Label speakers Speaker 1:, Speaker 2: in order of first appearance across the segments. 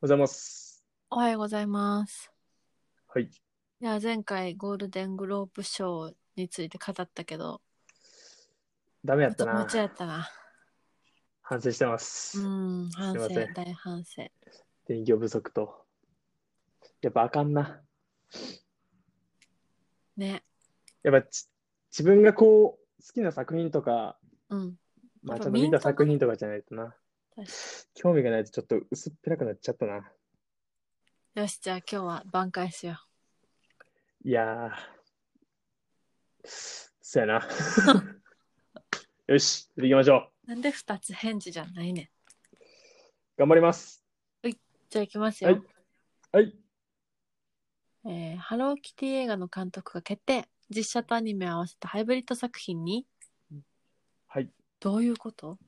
Speaker 1: ございます。
Speaker 2: おはようございます。
Speaker 1: はい。
Speaker 2: いや、前回ゴールデングローブ賞について語ったけど、
Speaker 1: ダメや
Speaker 2: も
Speaker 1: った
Speaker 2: ちも
Speaker 1: な
Speaker 2: ち。やったな。
Speaker 1: 反省してま
Speaker 2: う
Speaker 1: す。
Speaker 2: ん、反省
Speaker 1: すいません、
Speaker 2: 大反省。
Speaker 1: 勉強不足と。やっぱあかんな。
Speaker 2: ね。
Speaker 1: やっぱち自分がこう、好きな作品とか、
Speaker 2: うん。
Speaker 1: まあち
Speaker 2: やっぱ
Speaker 1: ょっと見た作品とかじゃないとな
Speaker 2: 確か。
Speaker 1: 興味がないとちょっと薄っぺらくなっちゃったな。
Speaker 2: よし、じゃあ今日は挽回しよ
Speaker 1: いやー。そや な。よし、行きましょう。
Speaker 2: う。なんで二つ返事じゃないねん。
Speaker 1: 頑張ります。
Speaker 2: じゃあ行きます
Speaker 1: は
Speaker 2: よ。
Speaker 1: い。はい。
Speaker 2: えーハローキティ映画の監督が決定。実写とアニメを合わせたハイブリッド作品に、
Speaker 1: はい。
Speaker 2: どういうこと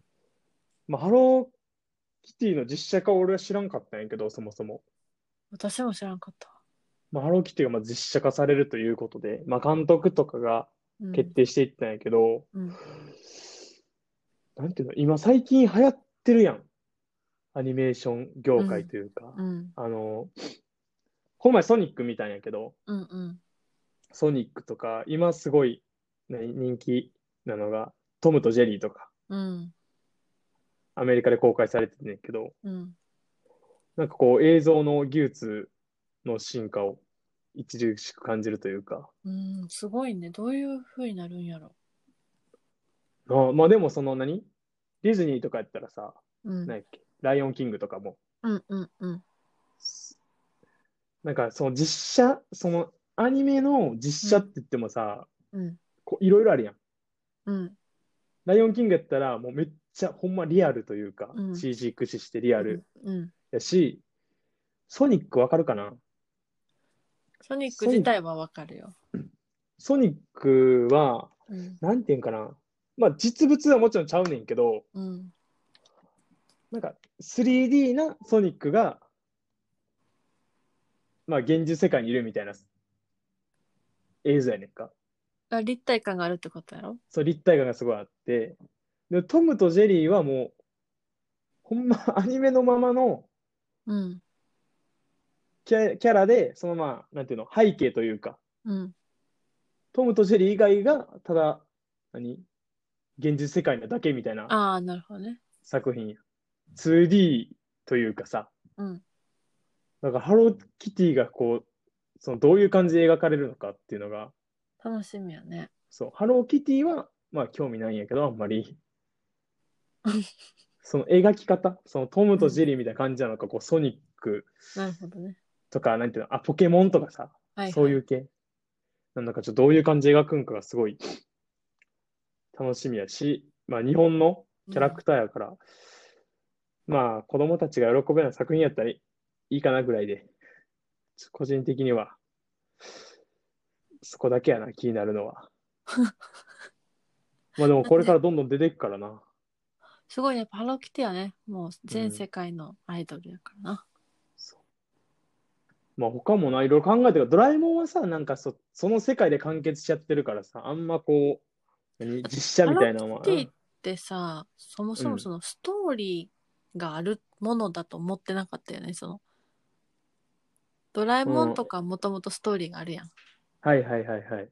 Speaker 1: まあ、ハローキティの実写化は俺は知らんかったんやけど、そもそも。
Speaker 2: 私も知らんかった。
Speaker 1: まあ、ハローキティがまあ実写化されるということで、まあ、監督とかが
Speaker 2: うん、
Speaker 1: 決定していったんやけど、
Speaker 2: うん
Speaker 1: なんていうの、今最近流行ってるやん。アニメーション業界というか。
Speaker 2: うん。
Speaker 1: あの、この前ソニック見たんやけど、
Speaker 2: うんうん。
Speaker 1: ソニックとか、今すごい、ね、人気なのが、トムとジェリーとか、
Speaker 2: うん。
Speaker 1: アメリカで公開されてるんやけど、
Speaker 2: うん。
Speaker 1: なんかこう映像の技術の進化を著しく感じるというか、
Speaker 2: うん、すごいね。どういう風になるんやろ。
Speaker 1: あーまあでもその何ディズニーとかやったらさ、
Speaker 2: うん。
Speaker 1: なんやっけライオンキングとかも、
Speaker 2: うんうんうん。
Speaker 1: すなんかその実写、そのアニメの実写って言ってもさ、
Speaker 2: うん。
Speaker 1: こういろいろあるやん。
Speaker 2: うん。
Speaker 1: ライオンキングやったらもうめっちゃほんまリアルというか、
Speaker 2: うん
Speaker 1: CG 駆使してリアル
Speaker 2: うん。
Speaker 1: やし、ソニックわかるかな
Speaker 2: ソニック自体はわかるよ。
Speaker 1: ソニックは、
Speaker 2: うん。
Speaker 1: なんていうんかな、まあ実物はもちろんちゃうねんけど、
Speaker 2: うん。
Speaker 1: なんか 3D なソニックが、まあ、現実世界にいるみたいな映像やねんか。
Speaker 2: あ立体感があるってことやろ
Speaker 1: そう、立体感がすごいあって、で、トムとジェリーはもう、ほんま アニメのままの
Speaker 2: うん。
Speaker 1: キャキャラで、そのまま、なんていうの、背景というか、
Speaker 2: うん。
Speaker 1: トムとジェリー以外が、ただ、何現実世界なだけみたいな
Speaker 2: ああ、なるほどね。
Speaker 1: 作品や。2D というかさ、
Speaker 2: うん。
Speaker 1: だからハローキティがこう、そのどういう感じで描かれるのかっていうのが、
Speaker 2: 楽しみやね。
Speaker 1: そう、ハローキティは、まあ興味ないんやけど、あんま り。その描き方、そのトムとジェリーみたいな感じなのか、こうソニック
Speaker 2: なるほどね。
Speaker 1: とか、なんていうの、あ、ポケモンとかさ、
Speaker 2: はい、はい。
Speaker 1: そういう系なのか、ちょっとどういう感じで描くんかがすごい楽しみやし、まあ日本のキャラクターやから、まあ子供たちが喜べる作品やったらいいかなぐらいで、ちょ個人的には、そこだけやな、気になるの は。まあでもこれからどんどん出ていくからな。
Speaker 2: すごいね。やっぱハローキティはね、もう全世界のアイドルやからな。
Speaker 1: そうまあ他もないろいろ考えてるけどドラえもんはさ、なんかそその世界で完結しちゃってるからさ、あんまこう、何実写みたいなのは
Speaker 2: ハ。ローキティってさ、そもそうも
Speaker 1: ん
Speaker 2: そのストーリーがあるものだと思ってなかったよね。その、ドラえもんとかもともとストーリーがあるやん。
Speaker 1: はいはいはいはい。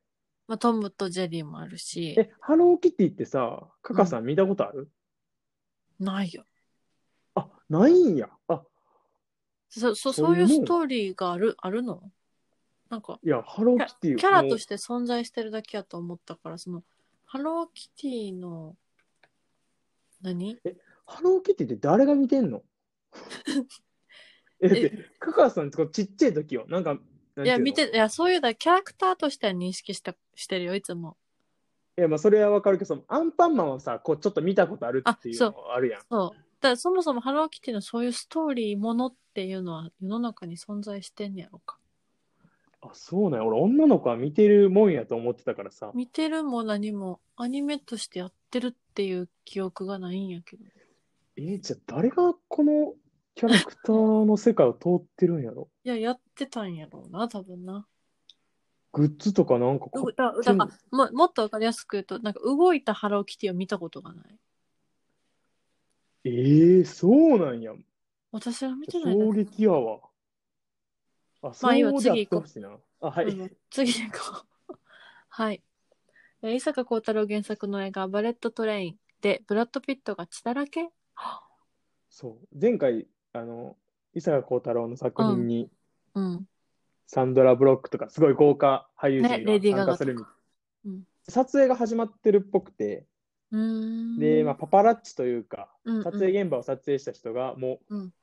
Speaker 2: まあ、トムとジェリーもあるし、
Speaker 1: え、ハローキティってさ、カカさん見たことある、
Speaker 2: ないよ。
Speaker 1: あ、ないんや。あ、
Speaker 2: そ
Speaker 1: そ
Speaker 2: そそうう
Speaker 1: い
Speaker 2: いうう
Speaker 1: もん
Speaker 2: ストーリーがあるあるのなんか
Speaker 1: いや、ハローキティ。
Speaker 2: キャラとしてて存在してるだけやと思ったからそのハローキティの何
Speaker 1: ハローキティって誰が見て んのえ、だって、カカさんこうちっちゃい時よ。なんか、なんいうの
Speaker 2: いや見。ていやそういうだキャラクターとしては認識したしてるよいつも
Speaker 1: いや、まあそれはわかるけど、そのアンパンマンはさ、こうちょっと見たことあるっていうのはあるやん。
Speaker 2: そうだからそもそもハローキティのそういうストーリーものっていうのは世の中に存在してんねやろか
Speaker 1: あ、そうなんや。俺、女の子は見てるもんやと思ってたからさ。
Speaker 2: 見てるも何もアニメとしてやってるっていう記憶がないんやけど
Speaker 1: えじゃあ誰がこのキャラクターの世界を通ってるんやろ
Speaker 2: いややってたんやろうな多分な
Speaker 1: グッズとかなんか買
Speaker 2: う
Speaker 1: っ
Speaker 2: だだからももっとわかりやすく言うとなんか動いたハローキティを見たことがない
Speaker 1: ええそうなんや。
Speaker 2: 私が見てないだけ
Speaker 1: 衝撃やわ。あ、
Speaker 2: ま
Speaker 1: そう
Speaker 2: あいい
Speaker 1: で
Speaker 2: わ
Speaker 1: あって
Speaker 2: 次行こう
Speaker 1: ほしいな。あ、はい。
Speaker 2: うん次行こう。 はい。えー伊坂幸太郎原作の映画、バレット・トレインで、ブラッド・ピットが血だらけ
Speaker 1: そう。前回、あの、伊坂幸太郎の作品に、
Speaker 2: うん。
Speaker 1: サンドラ・ブロックとか、すごい豪華俳優
Speaker 2: ね、レディ
Speaker 1: 陣
Speaker 2: ー・
Speaker 1: が参加
Speaker 2: ガガ
Speaker 1: す
Speaker 2: と
Speaker 1: るみたい
Speaker 2: か。うん。
Speaker 1: 撮影が始まってるっぽくて、
Speaker 2: うーん
Speaker 1: で、まあ、パパラッチというか、
Speaker 2: うん
Speaker 1: 撮影現場を撮影した人が、も
Speaker 2: う、
Speaker 1: うん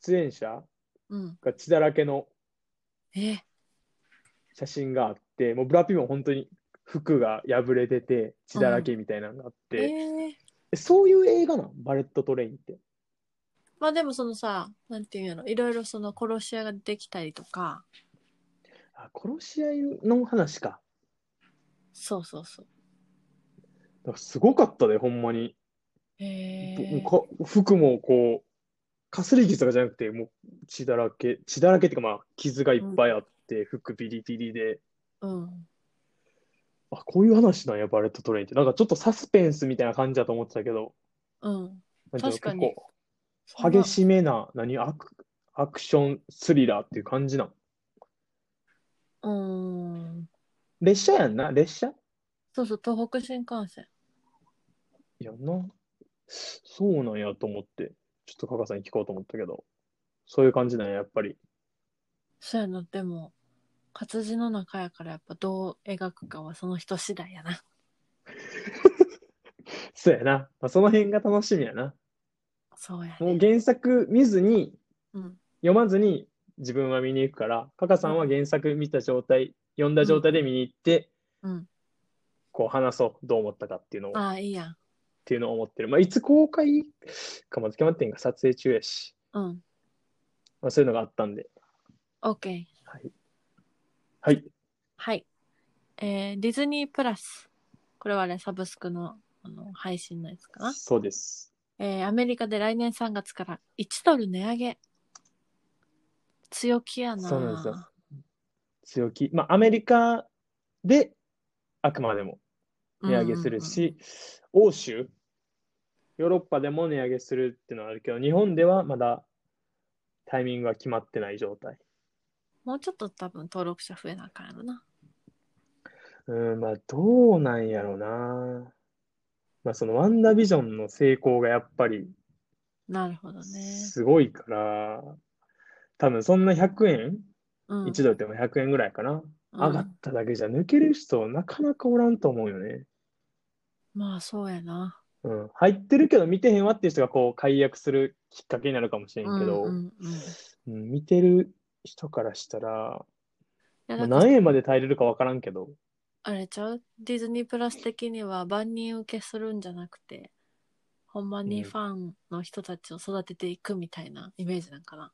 Speaker 1: 出演者
Speaker 2: うんうん。
Speaker 1: が血だらけの
Speaker 2: え、
Speaker 1: 写真があって、もうブラピも本当に服が破れてて、血だらけみたいなのがあっ
Speaker 2: え
Speaker 1: て、
Speaker 2: ー
Speaker 1: えそういう映画なんバレット・トレインって。
Speaker 2: まあでもそのさ、なんていうんやろ、いろいろその殺し屋ができたりとか、
Speaker 1: あ、殺し合いの話か。
Speaker 2: そうそうそう。
Speaker 1: だからすごかったで、ほんまに。
Speaker 2: へ
Speaker 1: ぼもう
Speaker 2: ー
Speaker 1: か服もこう、かすり傷とかじゃなくて、もう血だらけ、血だらけっていうか、まあ、傷がいっぱいあって、服ビリビリで、
Speaker 2: うん。
Speaker 1: あ、こういう話なんや、バレット・トレインって。なんかちょっとサスペンスみたいな感じだと思ってたけど、
Speaker 2: うん。
Speaker 1: なんていう
Speaker 2: 確かに
Speaker 1: 結構、激しめな、何、アク、アクション、スリラーっていう感じなん。
Speaker 2: うーん。
Speaker 1: 列車やんな、列車
Speaker 2: そうそう、東北新幹線。
Speaker 1: やんな。そうなんやと思って、ちょっと加賀さんに聞こうと思ったけど、そういう感じなんや、やっぱり。
Speaker 2: そうやな、でも、活字の中やからやっぱどう描くかはその人次第やな。
Speaker 1: そうやな。まあ、その辺が楽しみやな。
Speaker 2: そうやね。
Speaker 1: もう原作見ずに、
Speaker 2: うん。
Speaker 1: 読まずに自分は見に行くから、カカさんは原作見た状態、読んだ状態で見に行って、
Speaker 2: うん。
Speaker 1: こう話そう、どう思ったかっていうのを、っ
Speaker 2: ああ、いいやん。
Speaker 1: ていうのを思ってる。まあ、いつ公開かも決まってんが、撮影中やし、
Speaker 2: うん。
Speaker 1: まあ、そういうのがあったんで。
Speaker 2: OK。
Speaker 1: はい。はい。
Speaker 2: はい。えー、ディズニープラス。これはね、サブスクのあの配信のやつかな。
Speaker 1: そうです。
Speaker 2: えー、アメリカで来年3月から1ドル値上げ。強気やな。
Speaker 1: そうなんですよ強気。まあ、アメリカで、あくまでも値上げする
Speaker 2: うんうんうん。
Speaker 1: し、欧州、ヨーロッパでも値上げするっていうのはあるけど、日本ではまだタイミングが決まってない状態。
Speaker 2: もうちょっと多分登録者増えなあかんやろな。
Speaker 1: うん、まあ、どうなんやろうな。まあ、そのワンダービジョンの成功がやっぱり
Speaker 2: なるほどね。
Speaker 1: すごいから、多分そんな100円、
Speaker 2: うん。
Speaker 1: 一度でも100円ぐらいかな。
Speaker 2: うん
Speaker 1: 上がっただけじゃ抜ける人なかなかおらんと思うよね。
Speaker 2: まあ、そうやな。
Speaker 1: うん、入ってるけど見てへんわっていう人がこう解約するきっかけになるかもしれんけど、
Speaker 2: うんうんうんい
Speaker 1: うん見てる人からしたら、
Speaker 2: や
Speaker 1: ま
Speaker 2: だ
Speaker 1: あ、
Speaker 2: って
Speaker 1: 何円まで耐えれるか分からんけど、
Speaker 2: あれちゃうディズニープラス的には万人受けするんじゃなくて、ほんまに
Speaker 1: うん
Speaker 2: ファンの人たちを育てていくみたいなイメージなんかな。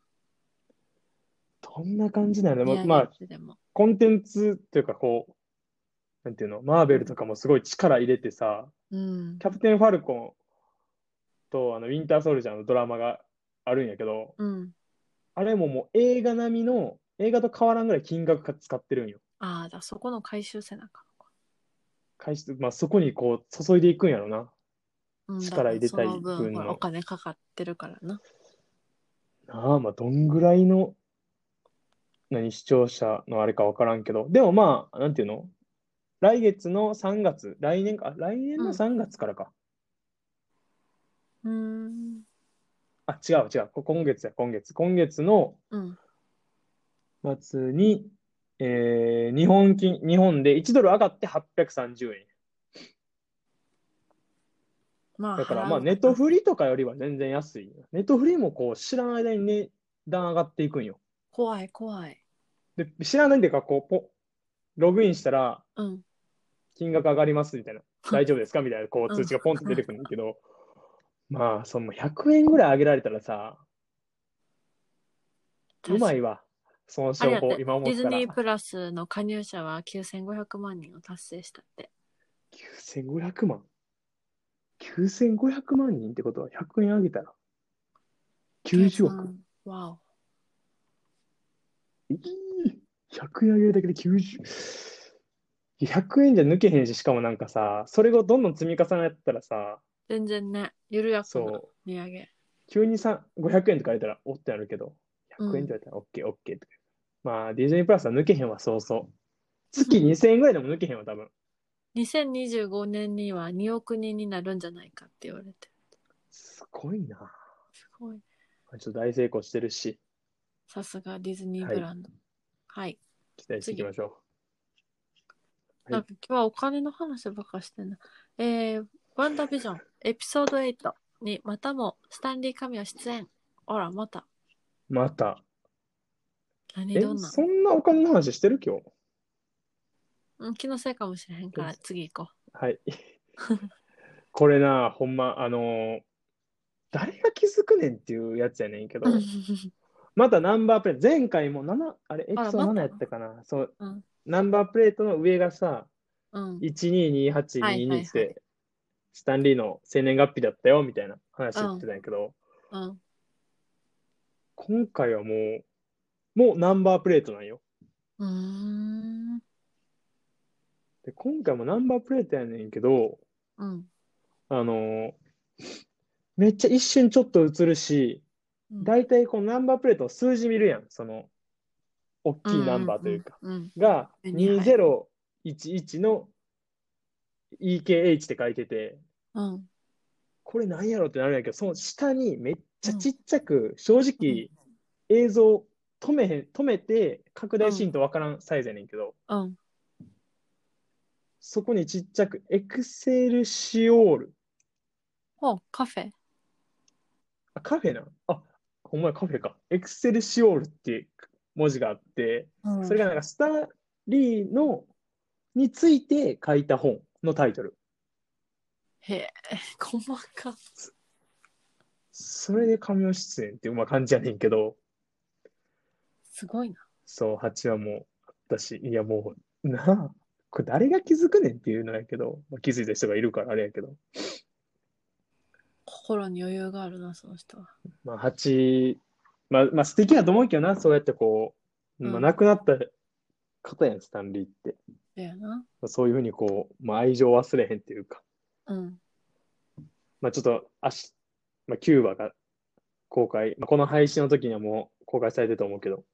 Speaker 1: どんな感じなの
Speaker 2: 値
Speaker 1: まあ
Speaker 2: 上げ
Speaker 1: まあ、
Speaker 2: ってでも。
Speaker 1: コンテンツっていうかこう、なんていうの、マーベルとかもすごい力入れてさ、
Speaker 2: うん
Speaker 1: キ。ャプテン・ファルコンとあのウィンター・ソルジャーのドラマがあるんやけど、
Speaker 2: うん。
Speaker 1: あれももう映画並みの、映画と変わらんぐらい金額が使ってるんよ。
Speaker 2: ああ、だからそこの回収せなあかんのか。
Speaker 1: 回収まあ、そこにこう注いでいくんやろな。
Speaker 2: うん
Speaker 1: 力入れたい
Speaker 2: だからその
Speaker 1: 分
Speaker 2: 分、ほら
Speaker 1: の
Speaker 2: お金かかってるからな。
Speaker 1: なあ、まあ、どんぐらいの、何、視聴者のあれかわからんけど、でもまあ、なんていうの来月の3月、来年か、あ来年
Speaker 2: う
Speaker 1: の
Speaker 2: ん
Speaker 1: 3月からか。
Speaker 2: うーん。
Speaker 1: あ、違う違う、こ今月や、今月。今月の
Speaker 2: うん。
Speaker 1: 末に、えー日本金、日本で1ドル上がって830円。
Speaker 2: まあ、
Speaker 1: だから
Speaker 2: 払う
Speaker 1: まあ、ネットフリとかよりは全然安い。ネットフリもこう、知らん間に値段上がっていくんよ。
Speaker 2: 怖い、怖い。
Speaker 1: で、知らないんでか、こう、ポログインしたら、
Speaker 2: うん。
Speaker 1: 金額上がりますみたい な、大丈夫ですかみたいなこう通知がポンって出てくるんだけど、 まあ、その100円ぐらい上げられたらさ、うまいわ、その
Speaker 2: あれ
Speaker 1: 商
Speaker 2: やって
Speaker 1: 法、今思
Speaker 2: デ
Speaker 1: っ
Speaker 2: ィズ
Speaker 1: たら
Speaker 2: ニ。ープラスの加入者は9500万人を達成したって。
Speaker 1: 9500万。9500万人ってことは100円上げたら90億。
Speaker 2: わお。
Speaker 1: いい !100 円上げるだけで90。いや100円じゃ抜けへんし、しかもなんかさ、それをどんどん積み重なったらさ、
Speaker 2: 全然ね、緩やかな
Speaker 1: そう、
Speaker 2: 値上げ。
Speaker 1: 急にさ500円とか言ったら、おってなるけど、100円とか言ったら、オッケー、オッケーとか。まあ、ディズニープラスは抜けへんわ、そうそう。月2000円ぐらいでも抜けへんわ、多分。
Speaker 2: 2025年には2億人になるんじゃないかって言われて。
Speaker 1: すごいな。
Speaker 2: すごい。
Speaker 1: ちょっと大成功してるし、
Speaker 2: さすがディズニーブランド。はい。
Speaker 1: 期待していきましょはい
Speaker 2: なんか今日はお金の話ばっかしてんな。えー、ワンダービジョン、エピソード8にまたもスタンリー・カミオ出演。あら、また。
Speaker 1: う。また。
Speaker 2: 何
Speaker 1: え、
Speaker 2: どんなん
Speaker 1: そんなお金の話してる今日。
Speaker 2: うん、気のせいかもしれへんから、次行こ
Speaker 1: はい。これな、ほんま、あのー誰が気づくねんっていうやつやねんけど
Speaker 2: う。、
Speaker 1: またナンバープレート、前回も7、あれ、エピソード
Speaker 2: あらま
Speaker 1: 7
Speaker 2: た
Speaker 1: やったかな。そう
Speaker 2: うん、
Speaker 1: ナンバープレートの上がさ、
Speaker 2: うん。
Speaker 1: 122822って、
Speaker 2: はいはいはい
Speaker 1: スタンリーの生年月日だったよ、みたいな話言ってたんやけど、
Speaker 2: うん。
Speaker 1: 今回はもう、もうナンバープレートなんよ。
Speaker 2: うーん。
Speaker 1: で今回もナンバープレートやねんけど、
Speaker 2: うん。
Speaker 1: あのーめっちゃ一瞬ちょっと映るし、
Speaker 2: うん
Speaker 1: 大体このナンバープレートの数字見るやん、その、大きいナンバーというか。
Speaker 2: うん。うん
Speaker 1: が、
Speaker 2: 目に入る
Speaker 1: 2011の EKH って書いてて、
Speaker 2: うん。うん
Speaker 1: これなんやろってなるんやけど、その下にめっちゃちっちゃく、正直映像止めへん、止めて拡大シーンとわからんサイズやねんけど、
Speaker 2: うん。
Speaker 1: そこにちっちゃく、エクセルシオール。
Speaker 2: ほう、カフェ。
Speaker 1: あ、カフェな。あ、ほんまやカフェか。エクセルシオールっていう文字があって、
Speaker 2: うん
Speaker 1: それがなんかスターリーのについて書いた本のタイトル。
Speaker 2: へえ、細か。
Speaker 1: それで神尾出演っていうまあ感じやねんけど、
Speaker 2: すごいな。
Speaker 1: そう、8話もあったし、いやもう、なあ、これ誰が気づくねんっていうのやけど、まあ、気づいた人がいるからあれやけど、
Speaker 2: 心に余裕があるな、その人は。
Speaker 1: まあ8、まあ、まあ素敵やと思うけどな、そうやってこう、ま
Speaker 2: う
Speaker 1: あ
Speaker 2: ん
Speaker 1: 亡くなった方やん、スタンリーって。
Speaker 2: だよな。
Speaker 1: まあそういうふうにこう、まあ、愛情を忘れへんっていうか、
Speaker 2: うん。
Speaker 1: まあ、ちょっと明日、まあ、9話が公開、まあ、この配信の時にはもう公開されてると思うけど、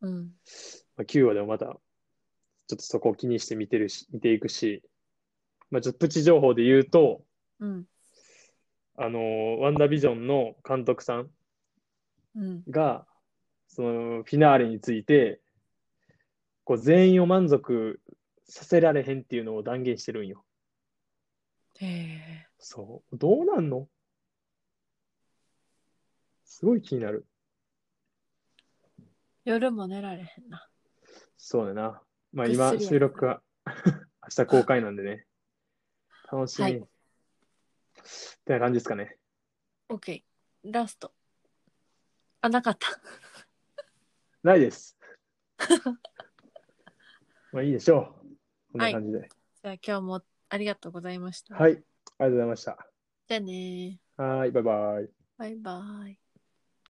Speaker 2: うん。
Speaker 1: まあ、9話でもまた、ちょっとそこを気にして見てるし、見ていくし、まあ、ちょっとプチ情報で言うと、
Speaker 2: うん。
Speaker 1: あのーワンダービジョンの監督さん
Speaker 2: うん。
Speaker 1: が、そのフィナーレについて、こう全員を満足させられへんっていうのを断言してるんよ。
Speaker 2: へえ。
Speaker 1: そう。どうなんのすごい気になる。
Speaker 2: 夜も寝られへんな。
Speaker 1: そうだな。まあ
Speaker 2: ぐっすり
Speaker 1: 今
Speaker 2: やな
Speaker 1: 収録は 明日公開なんでね。楽しみ。
Speaker 2: はい
Speaker 1: ってな感じですかね。
Speaker 2: OK。ラスト。あ、なかった。
Speaker 1: ないです。まあいいでしょう。こんな感じで。はい。
Speaker 2: じゃあ今日もありがとうございました。
Speaker 1: ありがとうございました。
Speaker 2: じゃあねー。
Speaker 1: はーい、バイバイ。
Speaker 2: バイバイ。